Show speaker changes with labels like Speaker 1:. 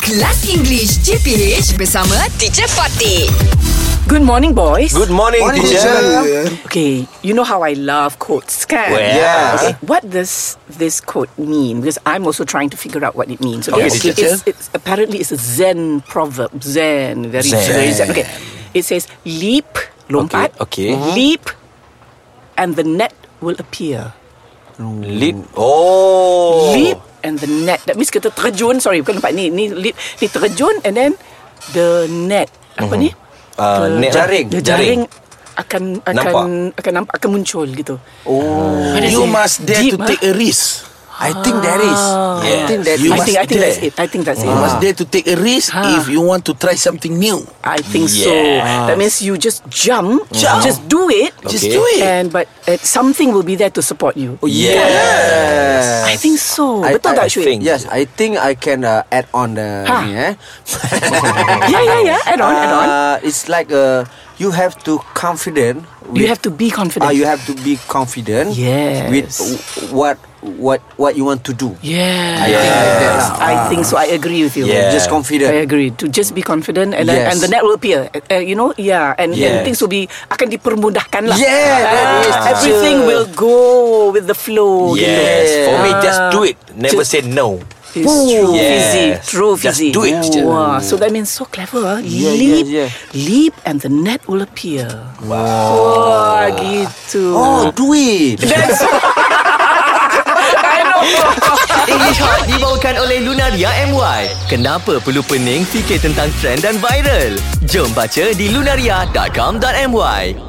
Speaker 1: Kelas English CPH bersama Teacher Fatih.
Speaker 2: Good morning, boys.
Speaker 3: Good morning,
Speaker 4: Morning,
Speaker 3: teacher.
Speaker 4: teacher.
Speaker 2: Okay, you know how I love quotes, can?
Speaker 3: Well. Yes.
Speaker 2: Okay, what does this quote mean? Because I'm also trying to figure out what it means.
Speaker 3: Okay, teacher.
Speaker 2: it's, it's, apparently it's a Zen proverb. Zen, very
Speaker 3: Zen.
Speaker 2: Zen. Very Zen. Okay, it says leap, lompat,
Speaker 3: okay. Mm-hmm.
Speaker 2: leap, and the net will appear.
Speaker 3: Leap. Oh.
Speaker 2: Leap and the net. That means kita terjun. Sorry, bukan lompat ni. Ni leap, ni terjun and then the net. Apa ni? The-
Speaker 3: Uh, net lah.
Speaker 2: jaring. The
Speaker 3: Jaring.
Speaker 2: jaring, akan akan
Speaker 3: Nampak.
Speaker 2: akan nampak akan muncul gitu.
Speaker 4: You must dare
Speaker 2: Deep,
Speaker 4: to
Speaker 2: Ah.
Speaker 4: take a risk. I think there is.
Speaker 5: Oh.
Speaker 4: I
Speaker 3: Yes.
Speaker 4: think that
Speaker 2: I think I think that's it. I think that's
Speaker 4: You
Speaker 2: it.
Speaker 5: Ah.
Speaker 4: must dare to take a risk
Speaker 2: Ah.
Speaker 4: if you want to try something new.
Speaker 2: I think so.
Speaker 3: Yes.
Speaker 2: That means you just jump,
Speaker 4: Jump.
Speaker 2: just do it,
Speaker 4: Just do it.
Speaker 2: and but uh, something will be there to support you.
Speaker 3: Yes.
Speaker 2: I think so.
Speaker 5: I-
Speaker 2: Betul
Speaker 5: I-
Speaker 2: tak
Speaker 3: Oh, I
Speaker 2: Shui?
Speaker 3: think.
Speaker 5: Yes, I think I can uh, add on the
Speaker 2: Ha.
Speaker 5: ni, eh.
Speaker 2: Yeah, yeah, yeah. Add on, add on.
Speaker 5: Uh, it's like uh, you have to confident. With,
Speaker 2: You have to be confident.
Speaker 5: Uh, you have to be confident.
Speaker 2: Yes.
Speaker 5: With oh. w- what what what you want to do.
Speaker 2: yeah.
Speaker 5: I think like that lah.
Speaker 2: I think so. I agree with you.
Speaker 3: Yeah.
Speaker 5: Just confident.
Speaker 2: I agree. To just be confident and then,
Speaker 5: Yes.
Speaker 2: and the net will appear. Uh, you know, yeah, and,
Speaker 3: Yes.
Speaker 2: and things will be akan dipermudahkan lah.
Speaker 5: Yeah, that
Speaker 2: Ah,
Speaker 5: is, teacher.
Speaker 2: everything will go with the flow.
Speaker 3: Yes.
Speaker 2: Gitu.
Speaker 3: For me, Oh, just
Speaker 2: Ah,
Speaker 3: do it. Never
Speaker 2: just-
Speaker 3: say no.
Speaker 2: It's true,
Speaker 3: Yes.
Speaker 2: fizzy, true,
Speaker 3: Just
Speaker 2: fizzy.
Speaker 3: do it, teacher.
Speaker 2: Wow, so that means so clever. ah.
Speaker 5: Yeah,
Speaker 2: leap,
Speaker 5: yeah, yeah.
Speaker 2: leap, and the net will appear. Wow, gitu.
Speaker 5: Oh, do it.
Speaker 6: English Hot dibawakan oleh Lunaria MY. Kenapa perlu pening fikir tentang trend dan viral? Jom baca di lunaria.com.my.